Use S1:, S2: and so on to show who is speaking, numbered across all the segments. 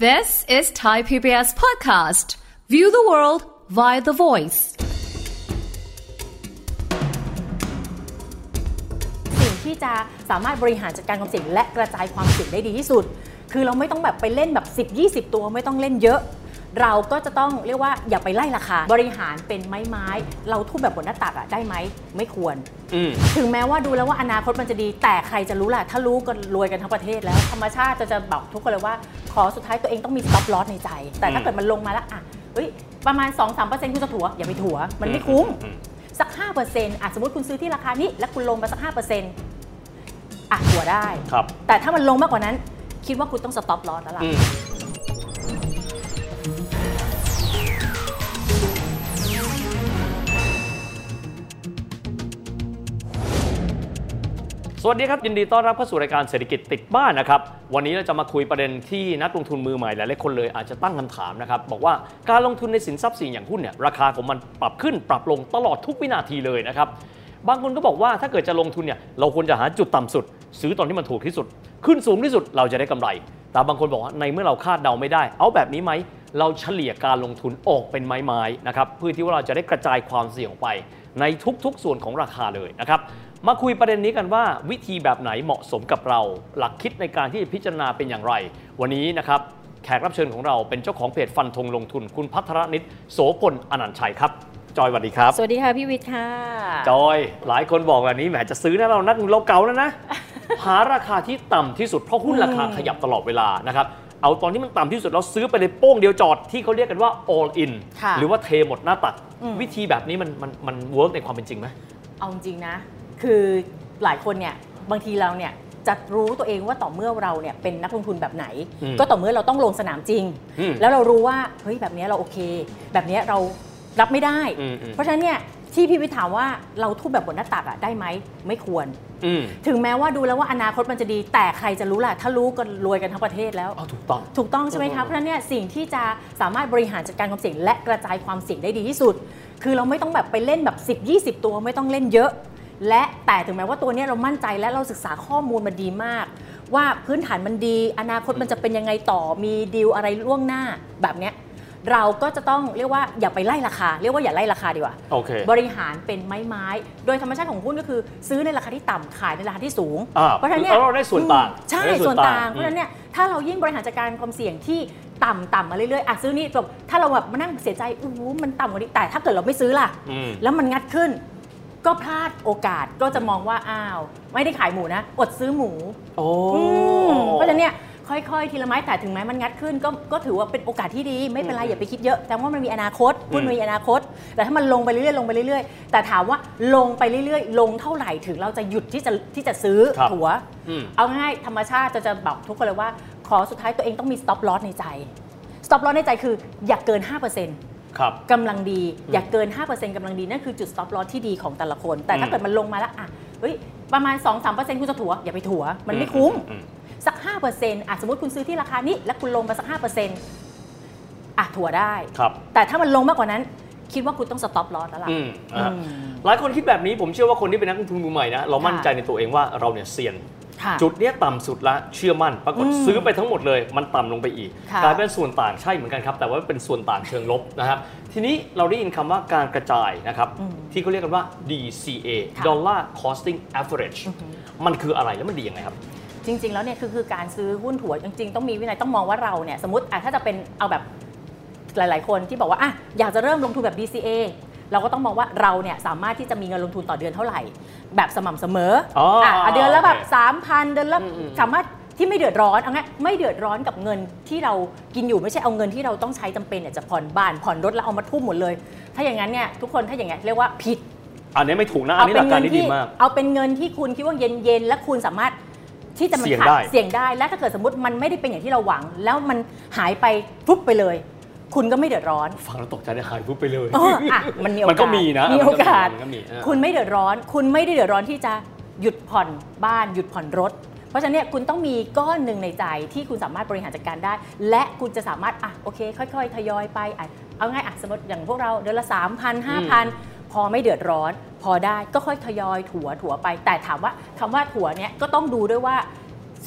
S1: This is Thai PBS Podcast. View the world via the voice.
S2: สิ่งที่จะสามารถบริหารจัดการความเสี่ยงและกระจายความเสี่ยงได้ดีที่สุด คือเราไม่ต้องแบบไปเล่นแบบ 10 20 ตัวไม่ต้องเล่นเยอะ เราก็จะต้องเรียกว่าอย่าไปไล่ราคา บริหารเป็นไม้ไม้ๆเราทุ่มแบบบนหน้าตักอะได้ไหมไม่ควร
S3: อืม
S2: ถึงแม้ว่าดูแล้วว่าอนาคตมันจะดีแต่ใครจะรู้ล่ะ ถ้ารู้ก็รวยกันทั้งประเทศแล้ว ธรรมชาติจะจะบอกทุกคนเลยว่า ขอสุดท้ายตัวเองต้องมีสต็อปลอสในใจ แต่ถ้า
S3: อืม
S2: เกิดมันลงมาแล้วอ่ะเอ้ยประมาณ 2-3%คุณจะถัว อย่าไปถัว มันไม่คุ้ม
S3: อืม
S2: สัก 5%อ่ะสมมติคุณซื้อที่ราคานี้ แล้วคุณลงมาสัก 5%อ่ะถัวได้
S3: ครับ
S2: แต่ถ้ามันลงมากกว่านั้น คิดว่าคุณต้องสต็อปลอสแล้วล่ะ
S3: อืม สวัสดีครับ ยินดีต้อนรับเข้าสู่รายการเศรษฐกิจติดบ้านนะครับ วันนี้เราจะมาคุยประเด็นที่นักลงทุนมือใหม่หลายๆคนเลยอาจจะตั้งคำถามนะครับ บอกว่าการลงทุนในสินทรัพย์เสี่ยงอย่างหุ้นเนี่ยราคาของมันปรับขึ้นปรับลงตลอดทุกวินาทีเลยนะครับ บางคนก็บอกว่าถ้าเกิดจะลงทุนเนี่ยเราควรจะหาจุดต่ำสุด ซื้อตอนที่มันถูกที่สุด ขึ้นสูงที่สุดเราจะได้กำไร แต่บางคนบอกว่าในเมื่อเราคาดเดาไม่ได้ เอาแบบนี้ไหมเราเฉลี่ยการลงทุนออกเป็นไม้ๆนะครับเพื่อที่ว่าเราจะได้กระจายความเสี่ยงออกไป ในทุกๆ ส่วนของราคาเลยนะครับ มาคุยประเด็นนี้กันว่าวิธีแบบไหนเหมาะสมกับเรา หลักคิดในการที่จะพิจารณาเป็นอย่างไร วันนี้นะครับ แขกรับเชิญของเราเป็นเจ้าของเพจฟันธงลงทุน คุณพัทรนิตโสพลอนันต์ชัยครับ จอยสวัสดีครับ
S2: สวัสดีค่ะพี่วิทย์ค่ะ
S3: จอยหลายคนบอกแบบนี้แหมจะซื้อนะเรานักเราเก่า แล้วนะ หาราคาที่ต่ำที่สุดเพราะหุ้นราคาขยับตลอดเวลานะครับเอาตอนที่มันต่ำที่สุดเราซื้อไปเลยโป้งเดียวจอดที่เขาเรียกกันว่า all in
S2: ค่ะ
S3: หรือว่าเทหมดหน้าตัก วิธีแบบนี้มันมันมันเวิร์กในความเป็นจริงไหม
S2: เอาจริงนะ คือหลายคนเนี่ยบางทีเราเนี่ยจะรู้ตัวเองว่าต่อเมื่อเราเนี่ยเป็นนักลงทุนแบบไหน
S3: อืม
S2: ก็ต่อเมื่อเราต้องลงสนามจริง
S3: อืม
S2: แล้วเรารู้ว่าเฮ้ยแบบเนี้ยเราโอเค แบบเนี้ยเรารับไม่ได้
S3: อืมอืม
S2: เพราะฉะนั้นเนี่ยที่พี่วิทย์ถามว่าเราทุ่มแบบบนหน้าตักอะได้ไหมไม่ควร
S3: อืม
S2: ถึงแม้ว่าดูแล้วว่าอนาคตมันจะดี แต่ใครจะรู้ล่ะถ้ารู้ก็รวยกันทั้งประเทศแล้ว
S3: เอาถูกต้อง
S2: ถูกต้องใช่ไหมคะ เพราะฉะนั้นเนี่ยสิ่งที่จะสามารถบริหารจัดการความเสี่ยงและกระจายความเสี่ยงได้ดีที่สุด คือเราไม่ต้องแบบไปเล่นแบบ 10 20 ตัวไม่ต้องเล่นเยอะ และแต่ถึงแม้ว่าตัวเนี้ยเรามั่นใจและเราศึกษาข้อมูลมาดีมาก ว่าพื้นฐานมันดี อนาคตมันจะเป็นยังไงต่อมีดีลอะไรล่วงหน้าแบบเนี้ยเราก็จะต้องเรียกว่าอย่าไปไล่ราคา เรียกว่าอย่าไล่ราคาดีกว่า
S3: โอเค
S2: บริหารเป็นไม้ไม้ๆโดยธรรมชาติของหุ้นก็คือ ซื้อในราคาที่ต่ำขายในราคาที่สูง
S3: อ่า
S2: เพราะฉะนั้นเนี่ย
S3: เราได้ส่วนต่าง
S2: ใช่
S3: เราได้ส่
S2: ส่ว
S3: วน น
S2: ต่า
S3: ต่าง ง
S2: เพราะฉะนั้นเนี่ยถ้าเรายิ่งบริหารจัดการความเสี่ยงที่ต่ำต่ำมาเรื่อยๆอ่ะซื้อนี่แบบถ้าเราแบบมานั่งเสียใจอู้หูมันต่ำกว่านี้แต่ถ้าเกิดเราไม่ซื้อล่ะ
S3: อืม
S2: แล้วมันงัดขึ้น ก็พลาดโอกาสก็จะมองว่าอ้าว ไม่ได้ขายหมูนะ อดซื้อหมู
S3: โอ้
S2: อืมเพราะฉะนั้นเนี่ยค่อยๆ ทีละไม้แต่ถึงแม้มันงัดขึ้นก็ก็ถือว่าเป็นโอกาสที่ดีไม่เป็นไรอย่าไปคิดเยอะ แต่ว่ามันมีอนาคตหุ้นมันมีอนาคต แต่ถ้ามันลงไปเรื่อยๆลงไปเรื่อยๆ แต่ถามว่าลงไปเรื่อยๆ ลงเท่าไหร่ถึงเราจะหยุดที่จะที่จะซื้อ
S3: ครับ
S2: ถัว
S3: อืม
S2: เอาง่ายธรรมชาติจะจะบอกทุกคนเลยว่า ขอสุดท้ายตัวเองต้องมี stop loss ในใจ stop loss ในใจคืออย่าเกิน 5%
S3: ครับ
S2: กำลังดี อย่าเกิน 5%กำลังดี นั่นคือจุด stop loss ที่ดีของแต่ละคน แต่ถ้า
S3: อืม
S2: เกิดมันลงมาแล้วอ่ะเฮ้ยประมาณ 2-3%คุณจะถัว อย่าไปถัว มันไม่คุ้ม
S3: อือื
S2: สัก 5%อ่ะสมมติคุณซื้อที่ราคานี้แล้วคุณลงมาสัก 5%อ่ะถัวได้
S3: ครับ
S2: แต่ถ้ามันลงมากกว่านั้น คิดว่าคุณต้อง stop loss แล้วล่ะ
S3: อืมนะฮะ
S2: อืม
S3: หลายคนคิดแบบนี้ผมเชื่อว่าคนที่เป็นนักลงทุนมือใหม่นะเรามั่นใจในตัวเองว่าเราเนี่ยเซียน
S2: ค่ะ
S3: จุดเนี้ยต่ำสุดละเชื่อมั่นปรากฏ
S2: อืม
S3: ซื้อไปทั้งหมดเลยมันต่ำลงไปอีก
S2: ค่ะ
S3: กลายเป็นส่วนต่างใช่เหมือนกันครับ แต่ว่าเป็นส่วนต่างเชิงลบนะครับ ทีนี้เราได้ยินคำว่าการกระจายนะครับ
S2: อืม
S3: ที่เขาเรียกกันว่า DCA
S2: ค่ะ
S3: Dollar Costing Average มันคืออะไรแล้วมันดียังไงครับ
S2: จริง ๆ แล้วเนี่ยคือคือการซื้อหุ้นถั่วจริง ๆ ต้องมีวินัยต้องมองว่าเราเนี่ยสมมติอ่ะถ้าจะเป็นเอาแบบหลาย ๆ คนที่บอกว่าอ่ะอยากจะเริ่มลงทุนแบบ DCA เราก็ต้องมองว่าเราเนี่ยสามารถที่จะมีเงินลงทุนต่อเดือนเท่าไหร่ แบบสม่ำเสมอ
S3: อ๋ออ่
S2: ะอ่ะเดือนละแบบ
S3: โอเค
S2: 3,000 เดือนละ
S3: อืมอืม
S2: สามารถที่ไม่เดือดร้อนเอางี้ไม่เดือดร้อนกับเงินที่เรากินอยู่ไม่ใช่เอาเงินที่เราต้องใช้จำเป็นเนี่ยจะผ่อนบ้านผ่อนรถแล้วเอามาทุ่มหมดเลย ถ้าอย่างนั้นเนี่ยทุกคนถ้าอย่างเงี้ยเรียกว่าผิด
S3: อันนี้ไม่ถูกนะ อันนี้หลักการที่ดีมาก
S2: เอาเป็นเงินที่คุณคิดว่าเย็นๆ และคุณสามารถที่จะมัน
S3: เสี่ยง
S2: ขา
S3: ได้
S2: เสี่ยงได้ และถ้าเกิดสมมติมันไม่ได้เป็นอย่างที่เราหวัง แล้วมันหายไปปุ๊บไปเลย คุณก็ไม่เดือด ร้อน
S3: ฟังแล้วตกใจเลยหายปุ๊บไปเลย
S2: เอออ่ะมันมีโอกาส
S3: มันก็มีนะ
S2: มีโอกาส
S3: มันก็มีอ่ะ
S2: คุณไม่เดือดร้อน คุณไม่ได้เดือดร้อนที่จะหยุดผ่อนบ้านหยุดผ่อนรถ เพราะฉะนั้นเนี่ยคุณต้องมีก้อนหนึ่งในใจที่คุณสามารถบริหารจัดการได้ และคุณจะสามารถอ่ะโอเค ค่อยๆ ทยอยไปอ่ะเอาง่ายอ่ะสมมติอย่างพวกเราเดือนละ 3 0 0 0 5,000 พอไม่เดือดร้อน พอได้ก็ค่อยทยอยถัวถัวไป แต่ถามว่าคำว่าถัวเนี่ยก็ต้องดูด้วยว่า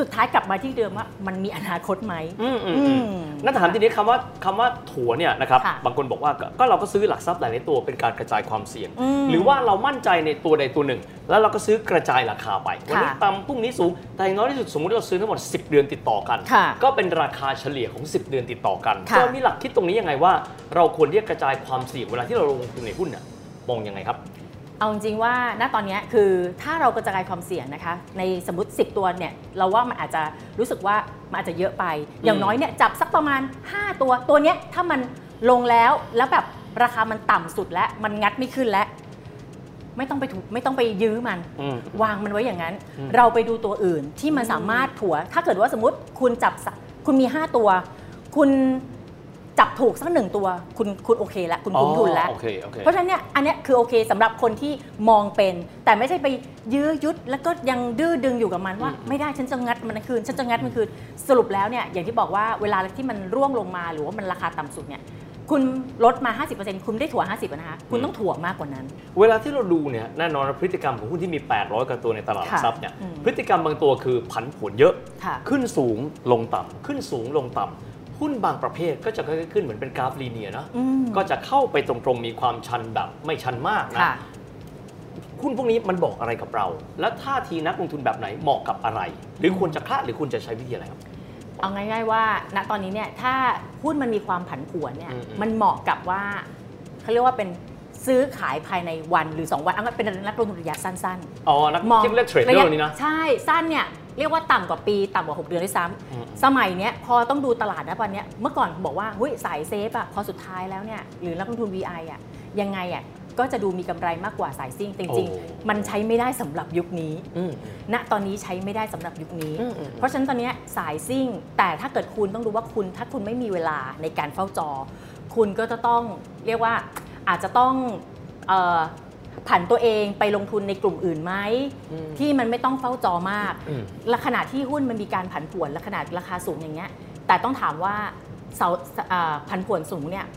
S2: สุดท้ายกลับมาที่เดิมว่ามันมีอนาคตไหม
S3: อืมอืม
S2: อื
S3: อื
S2: ม
S3: มนั่นถามทีนี้คำว่าคำว่าถัวเนี่ยนะครับ
S2: ค่ะ
S3: บางคนบอกว่าก็ก็เราก็ซื้อหลักทรัพย์หลายๆตัวเป็นการกระจายความเสี่ยง
S2: อืม
S3: หรือว่าเรามั่นใจในตัวใดตัวหนึ่ง แล้วเราก็ซื้อกระจายราคาไปวันนี้
S2: ค่ะ
S3: ต่ำพรุ่งนี้สูงแต่อย่างน้อยที่สุดสมมติเราซื้อทั้งหมด 10 เดือนติดต่อกัน
S2: ค่ะ
S3: ก็เป็นราคาเฉลี่ยของ 10 เดือนติดต่อกัน
S2: ค่ะ
S3: จะมีหลักคิดตรงนี้ยังไงว่า เราควรที่จะกระจายความเสี่ยงเวลาที่เราลงทุนในหุ้นน่ะมองยังไงครับ
S2: เอาจริงๆว่าณตอนเนี้ยคือถ้าเรากระจายความเสี่ยงนะคะ ในสมมติ 10 ตัวเนี่ยเราว่ามันอาจจะรู้สึกว่ามันอาจจะเยอะไป อย่างน้อยเนี่ยจับสักประมาณ 5 ตัวตัวเนี้ยถ้ามันลงแล้วแล้วแบบราคามันต่ำสุดแล้วมันงัดไม่ขึ้นแล้ว ไม่ต้องไปถูกไม่ต้องไปยื้อมัน
S3: อืม
S2: วางมันไว้อย่างนั้น
S3: อืม
S2: เราไปดูตัวอื่นที่มันสามารถถัว ถ้าเกิดว่าสมมติคุณจับสะคุณมี 5 ตัว คุณจับถูกสักหนึ่งตัว คุณคุณโอเคแล้วคุณคุ้มทุนแล้ว
S3: อ๋อโอเคโอเค
S2: เพราะฉะนั้นเนี่ยอันเนี้ยคือโอเคสำหรับคนที่มองเป็น แต่ไม่ใช่ไปยื้อยุดแล้วก็ยังดื้อดึงอยู่กับมันว่า ไม่ได้ฉันจะงัดมันคืนฉันจะงัดมันคืนสรุปแล้วเนี่ยอย่างที่บอกว่าเวลาที่มันร่วงลงมาหรือว่ามันราคาต่ำสุดเนี่ยคุณลดมา 50%คุณไม่ได้ถั่ว 50นะคะ คุณต้องถั่วมากกว่านั้น
S3: เวลาที่เราดูเนี่ยแน่นอนพฤติกรรมของหุ้นที่มี 800กว่าตัวในตลาดหลักทรัพย์เนี่ย
S2: ค่ะอืม
S3: พฤติกรรมบางตัวคือผันผวนเยอะ
S2: ค่ะ
S3: ขึ้นสูงลงต่ำขึ้นสูงลงต่ำหุ้นบางประเภทก็จะค่อยๆขึ้นเหมือนเป็นกราฟลีเนียร์นะ
S2: อืม
S3: ก็จะเข้าไปตรงๆมีความชันแบบไม่ชันมากนะ
S2: ค่ะ
S3: หุ้นพวกนี้มันบอกอะไรกับเรา และท่าทีนักลงทุนแบบไหนเหมาะกับอะไร หรือควรจะคลาดหรือควรจะใช้วิธีอะไรครับ
S2: เอาง่ายๆว่า ณ ตอนนี้เนี่ยถ้าหุ้นมันมีความผันผวนเนี่ย
S3: อืมๆ
S2: มันเหมาะกับว่าเขาเรียกว่าเป็นซื้อขายภายในวันหรือ 2 วันเอางั้นเป็นนักลงทุนระยะสั้นๆ
S3: อ๋อนัก
S2: มอง
S3: ที่เรียกเทรดเดอร์นี่นะ
S2: ใช่สั้นเนี่ยเรียกว่าต่ำกว่าปีต่ำกว่า 6 เดือนด้วยซ้
S3: อืม
S2: ำสมัยเนี้ยพอต้องดูตลาดนะตอนเนี้ยเมื่อก่อนบอกว่าหุ้ยสายเซฟอะพอสุดท้ายแล้วเนี่ยหรือนักลงทุน VI อะยังไงอะก็จะดูมีกำไรมากกว่าสายซิ่ง จริง
S3: โอ้
S2: ๆ มันใช้ไม่ได้สำหรับยุคนี้
S3: อืม
S2: ณตอนนี้ใช้ไม่ได้สำหรับยุคนี้
S3: อืมอืม
S2: เพราะฉะนั้นตอนเนี้ยสายซิ่ง แต่ถ้าเกิดคุณต้องดูว่าคุณถ้าคุณไม่มีเวลาในการเฝ้าจอ คุณก็จะต้องเรียกว่าอาจจะต้องเอ่อผันตัวเองไปลงทุนในกลุ่มอื่นไหม
S3: อืม
S2: ที่มันไม่ต้องเฝ้าจอมาก
S3: อืม
S2: และขณะที่หุ้นมันมีการผันผวนและขนาดราคาสูงอย่างเงี้ยแต่ต้องถามว่าเสาเอ่อผันผวนสูงเนี่ย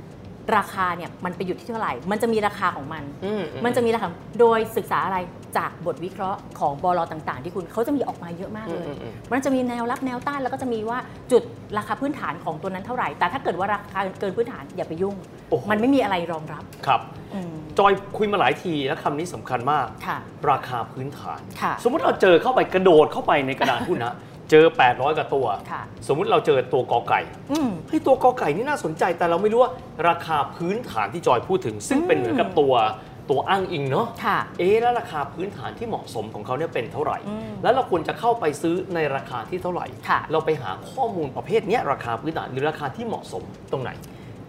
S2: ราคาเนี่ยมันไปอยู่ที่เท่าไหร่ มันจะมีราคาของมัน
S3: อืม
S2: มันจะมีนะคะโดยศึกษาอะไรจากบทวิเคราะห์ของบลต่าง ๆ ที่คุณเขาจะมีออกมาเยอะมากเลย
S3: อืมอืมอืม
S2: มันจะมีแนวรับแนวต้านแล้วก็จะมีว่าจุดราคาพื้นฐานของตัวนั้นเท่าไหร่ แต่ถ้าเกิดว่าราคาเกินพื้นฐานอย่าไปยุ่ง
S3: โอ้โห
S2: มันไม่มีอะไรรองรับ
S3: ครับ
S2: อืม
S3: จอยคุยมาหลายทีและคำนี้สำคัญมาก
S2: ค่ะ
S3: ราคาพื้นฐาน
S2: ค่ะ
S3: สมมุติเราเจอเข้าไปกระโดดเข้าไปในกระดานหุ้นนะ เจอ 800กว่าตัว
S2: ค่ะ
S3: สมมุติเราเจอตัวกอไก่
S2: อืม
S3: เฮ้ยตัวกอไก่นี่น่าสนใจแต่เราไม่รู้ว่าราคาพื้นฐานที่จอยพูดถึง ซึ่งเป็นเหมือนกับตัวตัวอ้างอิงเนาะ
S2: ค่ะ
S3: เอ๊ะแล้วราคาพื้นฐานที่เหมาะสมของเขาเนี่ยเป็นเท่าไหร่
S2: อืม
S3: แล้วเราควรจะเข้าไปซื้อในราคาที่เท่าไหร่
S2: ค่ะ
S3: เราไปหาข้อมูลประเภทเนี้ยราคาพื้นฐานหรือราคาที่เหมาะสมตรงไหน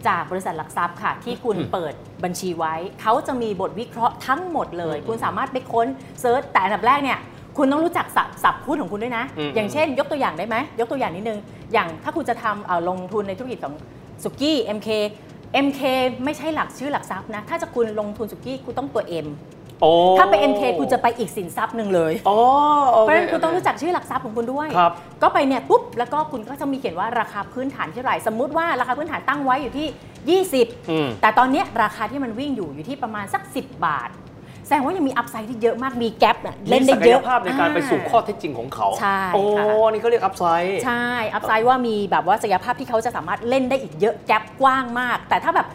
S2: จากบริษัทหลักทรัพย์ค่ะ ที่คุณเปิดบัญชีไว้ เขาจะมีบทวิเคราะห์ทั้งหมดเลย คุณสามารถไปค้นเซิร์ชแต่อันดับแรกเนี่ย คุณต้องรู้จักสับสับหุ้นของคุณด้วยนะ
S3: อืม
S2: อย่างเช่น ยกตัวอย่างได้ไหมยกตัวอย่างนิดนึง อย่างถ้าคุณจะทำเอ่อลงทุนในธุรกิจของสุกี้ MK MK ไม่ใช่หลักชื่อหลักทรัพย์นะ ถ้าจะคุณลงทุนสุกี้คุณต้องตัว M ถ้าไป MK คุณจะไปอีกสินทรัพย์หนึ่งเลย
S3: อ๋อโ
S2: เพราะฉะนั้นคุณต้อง
S3: โเ
S2: รู้จักชื่อหลักทรัพย์ของคุณด้วย
S3: ครับ
S2: ก็ไปเนี่ยปุ๊บ แล้วก็คุณก็จะมีเขียนว่าราคาพื้นฐานเท่าไหร่ สมมุติว่าราคาพื้นฐานตั้งไว้อยู่ที่
S3: อืม
S2: 20 แต่ตอนเนี้ยราคาที่มันวิ่งอยู่อยู่ที่ประมาณสัก 10 บาท แสดงว่ายังมีอัพไซด์ที่เยอะมากมีแกลบเล่นได้เยอะ
S3: มีศักยภาพในการไปสู่ข้อเท็จจริงของเขา
S2: ใช่
S3: โอ้
S2: ค่ะ
S3: นี่เขาเรียกอัพไซด์
S2: ใช่ อัพไซด์ว่ามีแบบว่าศักยภาพที่เขาจะสามารถเล่นได้อีกเยอะแกลบกว้างมาก แต่ถ้าแบบ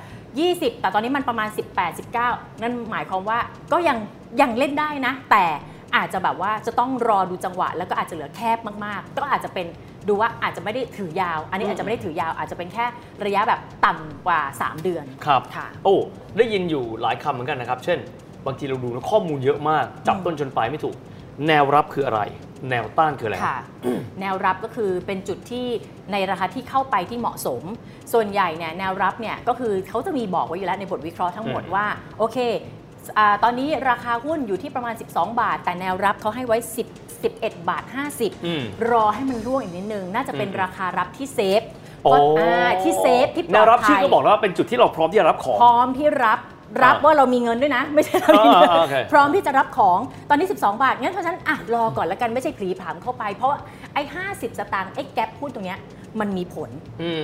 S2: 20 แต่ตอนนี้มันประมาณ 18 19 นั่นหมายความว่าก็ยังยังเล่นได้นะ แต่อาจจะแบบว่าจะต้องรอดูจังหวะ แล้วก็อาจจะเหลือแคบมากๆ ก็อาจจะเป็นดูว่าอาจจะไม่ได้ถือยาว อันนี้อาจจะไม่ได้ถือยาว อาจจะเป็นแค่ระยะแบบต่ำกว่า 3 เดือน
S3: ครับ
S2: ค่ะ
S3: โอ้ ได้ยินอยู่หลายคำเหมือนกันนะครับ เช่น บางทีเราดูนะข้อมูลเยอะมาก จับต้นจนปลายไม่ถูก แนวรับคืออะไร แนวต้านคืออะไร
S2: ค่ะ แนวรับก็คือเป็นจุดที่ในราคาที่เข้าไปที่เหมาะสม ส่วนใหญ่เนี่ยแนวรับเนี่ยก็คือเขาจะมีบอกไว้อยู่แล้วในบทวิเคราะห์ทั้งหมด
S3: อืม
S2: ว่า โอเคอาตอนนี้ราคาหุ้นอยู่ที่ประมาณ 12 บาท แต่แนวรับเขาให้ไว้ 10 11 บาท
S3: อืม
S2: 50 รอให้มันร่วงอีกนิดนึง น่าจะเป็น
S3: อืม
S2: ราคารับที่เซฟ
S3: โอ้
S2: ก็อ่าที่เซฟที่ปลอดภัย
S3: แนวรับชื่อก็บอกแล้วว่าเป็นจุดที่เราพร้อมที่จะรับของ
S2: พร้อมที่รับรับ
S3: อ่า
S2: ว่าเรามีเงินด้วยนะ ไม่ใช่เรามีเงิน
S3: อ่าอ่าโอเค
S2: พร้อมที่จะรับของตอนนี้ 12 บาทงั้นเพราะฉะนั้นอ่ะรอก่อนแล้วกันไม่ใช่ผลีผลามเข้าไป เพราะไอ้50 สตางค์ไอ้แกลพูดตรงเนี้ยมันมีผล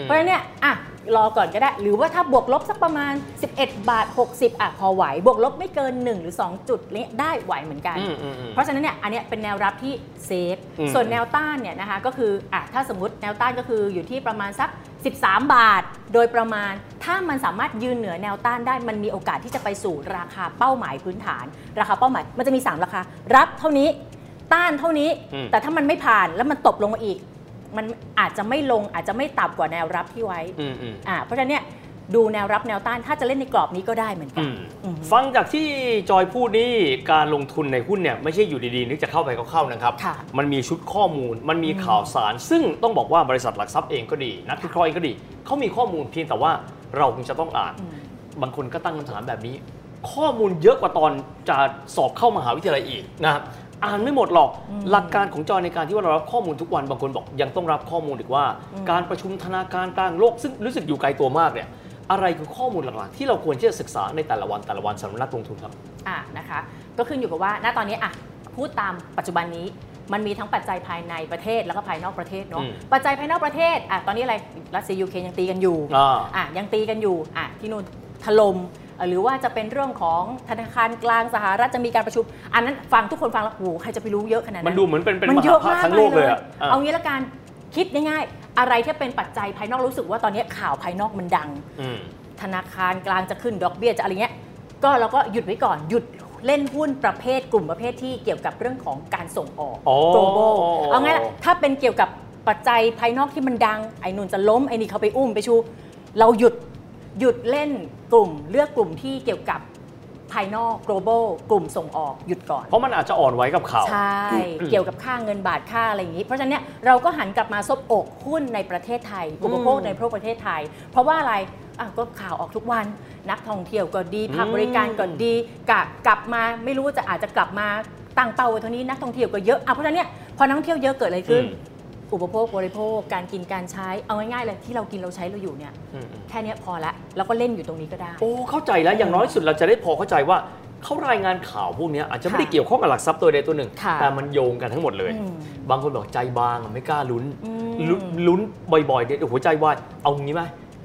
S2: เพราะฉะนั้นเนี่ยอ่ะ รอก่อนก็ได้ หรือว่าถ้าบวกลบสักประมาณ 11 บาท 60อ่ะพอไหว บวกลบไม่เกิน 1 หรือ 2 จุดเนี่ยได้ไหวเหมือนกัน
S3: อืมอืมอืม
S2: เพราะฉะนั้นเนี่ยอันเนี้ยเป็นแนวรับที่เซฟ
S3: อืม
S2: ส่วนแนวต้านเนี่ยนะคะก็คืออ่ะถ้าสมมติแนวต้านก็คืออยู่ที่ประมาณสัก 13 บาท โดยประมาณ ถ้ามันสามารถยืนเหนือแนวต้านได้ มันมีโอกาสที่จะไปสู่ราคาเป้าหมายพื้นฐาน ราคาเป้าหมายมันจะมี 3 ราคา รับเท่านี้ต้านเท่านี้
S3: อืม
S2: แต่ถ้ามันไม่ผ่านแล้วมันตกลงมาอีก มันอาจจะไม่ลงอาจจะไม่ต่ำกว่าแนวรับที่ไว้
S3: อืมอืม
S2: อ่าเพราะฉะนั้นเนี่ยดูแนวรับแนวต้านถ้าจะเล่นในกรอบนี้ก็ได้เหมือนกั
S3: อื
S2: น
S3: ม
S2: อืม
S3: ฟังจากที่จอยพูดนี่การลงทุนในหุ้นเนี่ยไม่ใช่อยู่ดีๆ นึกจะเข้าไปก็เข้านะครับ
S2: ค่ะ
S3: มันมีชุดข้อมูล มันมีข่าวสาร ซึ่งต้องบอกว่าบริษัทหลักทรัพย์เองก็ดี นักวิเคราะห์เองก็ดี เขามีข้อมูลเพียงแต่ว่าเราคงจะต้องอ่าน บางคนก็ตั้งคำถามแบบนี้ ข้อมูลเยอะกว่าตอนจะสอบเข้ามหาวิทยาลัยอีกนะครับอ่านไม่หมดหรอกหลักการของจอยในการที่ว่าเรารับข้อมูลทุกวันบางคนบอกยังต้องรับข้อมูลอีกว่า การประชุมธนาคารกลางโลกซึ่งรู้สึกอยู่ไกลตัวมากเนี่ยอะไรคือข้อมูลหลักๆที่เราควรที่จะศึกษาในแต่ละวันแต่ละวันสำหรับนักลงทุนครับ
S2: อ่ะนะคะก็ขึ้นอยู่กับว่าณตอนนี้อ่ะพูดตามปัจจุบันนี้มันมีทั้งปัจจัยภายในประเทศแล้วก็ภายนอกประเทศเนาะ
S3: อืม
S2: ปัจจัยภายนอกประเทศอ่ะตอนนี้อะไรรัสเซียยูเครนยังตีกันอยู่
S3: อ่า
S2: อ่ะยังตีกันอยู่อ่ะที่นู่นถล่มเอ่อหรือว่าจะเป็นเรื่องของธนาคารกลางสหรัฐจะมีการประชุม อันนั้นฟังทุกคนฟังแล้วโอ้โหใครจะไปรู้เยอะขนาดนั้น
S3: มันดูเหมือนเป็นเป็น
S2: มัเยอะมาก
S3: มหาภาคทั้งโลกเลยอะอ่ะ
S2: เอางี้ละกันคิดง่ายๆอะไรที่เป็นปัจจัยภายนอกรู้สึกว่าตอนนี้ข่าวภายนอกมันดัง
S3: อืม
S2: ธนาคารกลางจะขึ้นดอกเบี้ยจะอะไรเงี้ย ก็เราก็หยุดไว้ก่อนหยุดเล่นหุ้นประเภทกลุ่มประเภทที่เกี่ยวกับเรื่องของการส่งออก
S3: อ๋อ
S2: global เอางั้นอะถ้าเป็นเกี่ยวกับปัจจัยภายนอกที่มันดัง ไอ้นุ่นจะล้มไอ้นี่เขาไปอุ้มไปชู เราหยุดหยุดเล่นกลุ่มเลือกกลุ่มที่เกี่ยวกับภายนอก global กลุ่มส่งออกหยุดก่อน
S3: เพราะมันอาจจะอ่อนไหวกับข่าว
S2: ใช่
S3: อืม
S2: เกี่ยวกับค่าเงินบาทค่าอะไรอย่างนี้ เพราะฉะนั้นเนี่ยเราก็หันกลับมาซบอกหุ้นในประเทศไทย อุปโภคในพวกประเทศไทย เพราะว่าอะไรอ่ะก็ข่าวออกทุกวัน นักท่องเที่ยวก็ดีภาคบริการก็ดีกะกลับมาไม่รู้ว่าจะอาจจะกลับมาตั้งเป้าไว้เท่านี้นักท่องเที่ยวก็เยอะอ่ะเพราะฉะนั้นเนี่ยพอนักท่องเที่ยวเยอะเกิดอะไรขึ้น
S3: อืม
S2: อุปโภคบริโภคการกินการใช้เอาง่ายๆเลยที่เรากินเราใช้เราอยู่เนี่ย
S3: อืมอืม
S2: แค่เนี้ยพอละแล้วก็เล่นอยู่ตรงนี้ก็ได้
S3: โอ้เข้าใจแล้วอย่างน้อยสุดเราจะได้พอเข้าใจว่าเขารายงานข่าวพวกเนี้ยอาจจะไม่ได้
S2: ค่ะ
S3: เกี่ยวข้องกับหลักทรัพย์ตัวใดตัวหนึ่ง
S2: ค่ะ
S3: แต่มันโยงกันทั้งหมดเลย
S2: อืม
S3: บางคนบอกใจบางอะไม่กล้าลุ้น
S2: อืม
S3: ลุ้นลุ้นบ่อยๆเด็ดหัวใจวายเอางี้ไหม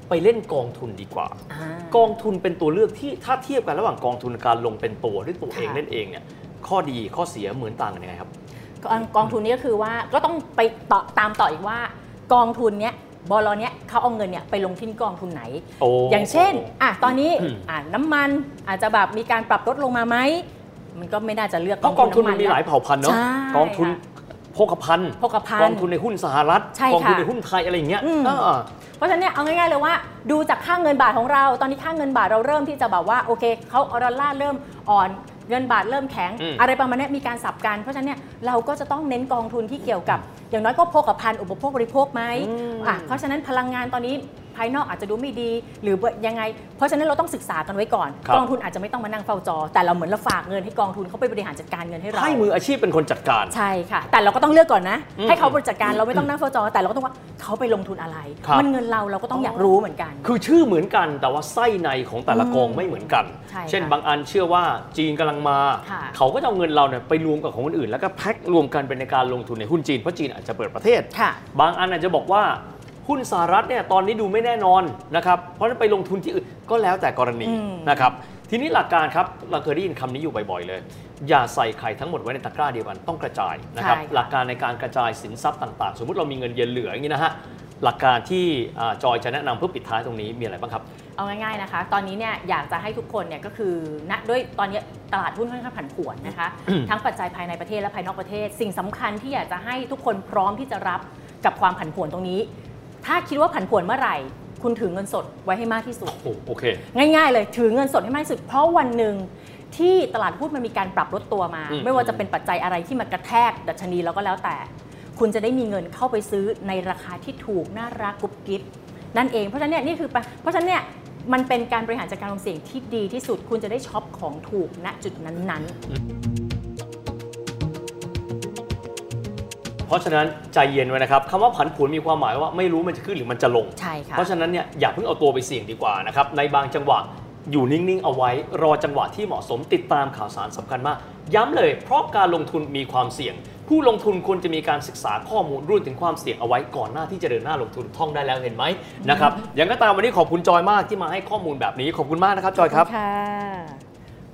S3: ไปเล่นกองทุนดีกว่า
S2: อ่า
S3: กองทุนเป็นตัวเลือกที่ถ้าเทียบกันระหว่างกองทุนการลงเป็นตัวด้วยตัวเอง
S2: ค่ะ
S3: เล่นเองเนี่ยข้อดีข้อเสียเหมือนต่างกันยังไงครับ
S2: กองกองทุนนี้ก็คือว่าก็ต้องไปต่อตามต่ออีกว่า กองทุนเนี้ยบลเนี้ยเขาเอาเงินเนี่ยไปลงที่กองทุนไหน
S3: โอ้
S2: อย่างเช่นอ่ะตอนนี้
S3: อืม
S2: อ่ะน้ำมันอาจจะแบบมีการปรับลดลงมาไหมมันก็ไม่น่าจะเลือก
S3: เพราะกองทุนมันมีหลาย
S2: ำ
S3: เผ่าพันธุ์เนาะ
S2: ใช่
S3: กองทุนโภคภัณฑ์
S2: โภคภัณฑ์
S3: กองทุนในหุ้นสหรัฐ
S2: ใช่ค่ะ
S3: กองทุนในหุ้นไทยอะไรอย่างเงี้ย
S2: อืม
S3: อ่า
S2: เพราะฉะนั้นเนี่ยเอาง่ายๆเลยว่าดูจากค่าเงินบาทของเรา ตอนนี้ค่าเงินบาทเราเริ่มที่จะแบบว่าโอเคเขาดอลลาร์เริ่มอ่อนเงินบาทเริ่มแข็ง
S3: อืม
S2: อะไรประมาณเนี้ยมีการสับกัน เพราะฉะนั้นเนี่ยเราก็จะต้องเน้นกองทุนที่เกี่ยวกับ อย่างน้อยก็โภคภัณฑ์อุปโภคบริโภคไหม
S3: อืม
S2: อ่ะเพราะฉะนั้นพลังงานตอนนี้ภายนอกอาจจะดูไม่ดี หรือยังไง เพราะฉะนั้นเราต้องศึกษากันไว้ก่อน
S3: ครับ
S2: กองทุนอาจจะไม่ต้องมานั่งเฝ้าจอ แต่เราเหมือนเราฝากเงินให้กองทุนเขาไปบริหารจัดการเงินให้เรา
S3: ให้มืออาชีพเป็นคนจัดการ
S2: ใช่ค่ะ แต่เราก็ต้องเลือกก่อนนะ
S3: อืม
S2: ให้เขาบริจัดการเราไม่ต้องนั่งเฝ้าจอ แต่เราก็ต้องว่าเขาไปลงทุนอะไร
S3: ครับ
S2: มันเงินเราเราก็ต้องอยากรู้เหมือนกัน
S3: คือชื่อเหมือนกันแต่ว่าไส้ในของแต่ละกอง
S2: อืม
S3: ไม่เหมือนกัน
S2: ใช่ค่ะ
S3: เช่นบางอันเชื่อว่าจีนกำลังมา
S2: ค่ะ
S3: เขาก็จะเอาเงินเราเนี่ยไปรวมกับของคนอื่น แล้วก็แพ็ครวมกันเป็นในการลงทุนในหุ้นจีนเพราะจีนอาจจะเปิดประเทศ
S2: ค่ะ
S3: บางอันอาจจะบอกว่าหุ้นสหรัฐเนี่ยตอนนี้ดูไม่แน่นอนนะครับเพราะฉะนั้นไปลงทุนที่อื่นก็แล้วแต่กรณี
S2: อืม
S3: นะครับทีนี้หลักการครับเราเคยได้ยินคำนี้อยู่บ่อยๆเลย อย่าใส่ไข่ทั้งหมดไว้ในตะกร้าเดียวกันต้องกระจายนะครับ
S2: ใช่ค่ะ
S3: หลักการในการกระจายสินทรัพย์ต่างๆ สมมุติเรามีเงินเย็นเหลืออย่างนี้นะฮะ หลักการที่อ่าจอยจะแนะนำเพื่อปิดท้ายตรงนี้มีอะไรบ้างครับ
S2: เอาง่ายๆนะคะ ตอนนี้เนี่ยอยากจะให้ทุกคนเนี่ยก็คือณด้วยตอนนี้ตลาดหุ้นค่อนข้างผันผวนนะคะ ทั้งปัจจัยภายในประเทศและภายนอกประเทศ สิ่งสำคัญที่อยากจะให้ทุกคนพร้อมที่จะรับกับความผันผวนตรงนี้ ถ้าคิดว่าผันผวนเมื่อไหร่ คุณถือเงินสดไว้ให้มากที่สุด
S3: โอ้โอเค
S2: ง่ายๆเลยถือเงินสดให้มากที่สุด เพราะวันหนึ่งที่ตลาดหุ้นมันมีการปรับลดตัวมา
S3: อืม
S2: ไม่ว่าจะเป็นปัจจัยอะไรที่มากระแทกดัชนีแล้วก็แล้วแต่ คุณจะได้มีเงินเข้าไปซื้อในราคาที่ถูกน่ารักกรุ๊บกิ๊บนั่นเองเพราะฉะนั้นเนี่ยนี่คือปะเพราะฉะนั้นเนี่ยมันเป็นการบริหารจัดการความเสี่ยงที่ดีที่สุด คุณจะได้ช็อปของถูกณจุดนั้นๆ
S3: เพราะฉะนั้นใจเย็นไว้นะครับคำว่าผันผวนมีความหมายว่าไม่รู้มันจะขึ้นหรือมันจะลง
S2: ใช่ค่ะ
S3: เพราะฉะนั้นเนี่ยอย่าเพิ่งเอาตัวไปเสี่ยงดีกว่านะครับ ในบางจังหวะอยู่นิ่ง ๆ เอาไว้ รอจังหวะที่เหมาะสมติดตามข่าวสารสำคัญมาก ย้ำเลยเพราะการลงทุนมีความเสี่ยง ผู้ลงทุนควรจะมีการศึกษาข้อมูลรุ่นถึงความเสี่ยงเอาไว้ก่อนหน้าที่จะเดินหน้าลงทุนท่องได้แล้วเห็นไหมนะครับอย่างก็ตามวันนี้ขอบคุณจอยมากที่มาให้ข้อมูลแบบนี้ขอบคุณมากนะครับจอยครับ
S2: ค่ะ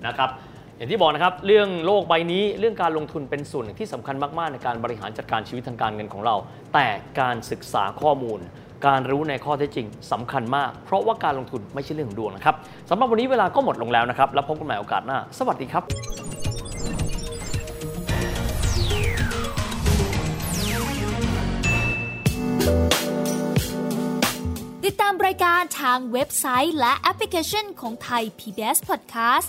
S3: นะครับอย่างที่บอกนะครับเรื่องโลกใบนี้เรื่องการลงทุนเป็นส่วนหนึ่งที่สำคัญมาก ๆ ในการบริหารจัดการชีวิตทางการเงินของเรา แต่การศึกษาข้อมูล การรู้ในข้อเท็จจริงสำคัญมาก เพราะว่าการลงทุนไม่ใช่เรื่องของดวงนะครับสำหรับวันนี้เวลาก็หมดลงแล้วนะครับ แล้วพบกันใหม่โอกาสหน้า สวัสดีครับ
S4: ติดตามรายการทางเว็บไซต์และแอปพลิเคชันของไทย PBS Podcast